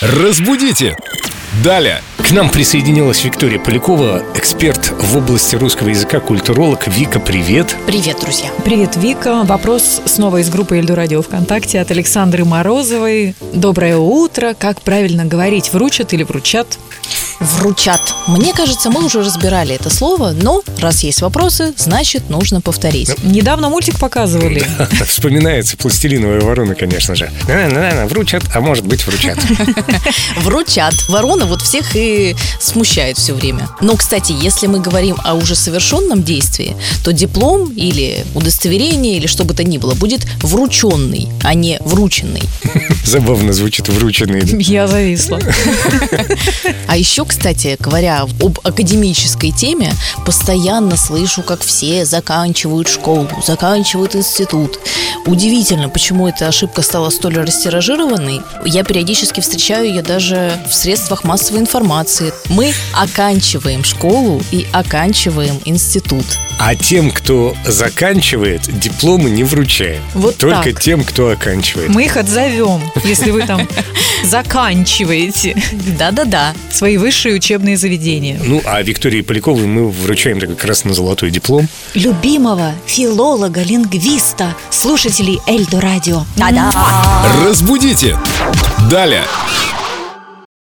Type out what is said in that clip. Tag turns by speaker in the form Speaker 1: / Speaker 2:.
Speaker 1: Разбудите! Далее!
Speaker 2: К нам присоединилась Виктория Полякова, эксперт в области русского языка, культуролог. Вика, привет.
Speaker 3: Привет, друзья.
Speaker 4: Привет, Вика. Вопрос снова из группы Эльду Радио ВКонтакте от Александры Морозовой. Доброе утро. Как правильно говорить, вручат или вручат?
Speaker 3: Вручат. Мне кажется, мы уже разбирали это слово, но раз есть вопросы, значит, нужно повторить.
Speaker 4: Недавно мультик показывали.
Speaker 2: Вспоминается пластилиновая ворона, конечно же. На-на-на, Вручат, а может быть вручат.
Speaker 3: Вручат. Ворона вот всех и смущает все время. Но, кстати, если мы говорим о уже совершенном действии, то диплом или удостоверение, или что бы то ни было, будет врученный, а не врученный.
Speaker 2: Забавно звучит врученный.
Speaker 4: Я зависла.
Speaker 3: А еще, кстати, говоря об академической теме, постоянно слышу, как все заканчивают школу, заканчивают институт. Удивительно, почему эта ошибка стала столь растиражированной. Я периодически встречаю ее даже в средствах массовой информации. Мы оканчиваем школу и оканчиваем институт.
Speaker 2: А тем, кто заканчивает, дипломы не вручаем.
Speaker 3: Вот
Speaker 2: Только
Speaker 3: так.
Speaker 2: тем, кто оканчивает.
Speaker 4: Мы их отзовем, если вы там заканчиваете
Speaker 3: Да-да-да.
Speaker 4: свои высшие учебные заведения.
Speaker 2: Ну, а Виктории Поляковой мы вручаем такой красно-золотой диплом.
Speaker 5: любимого филолога-лингвиста, слушателей Эльдо Радио.
Speaker 3: Да-да.
Speaker 1: Разбудите! Далее!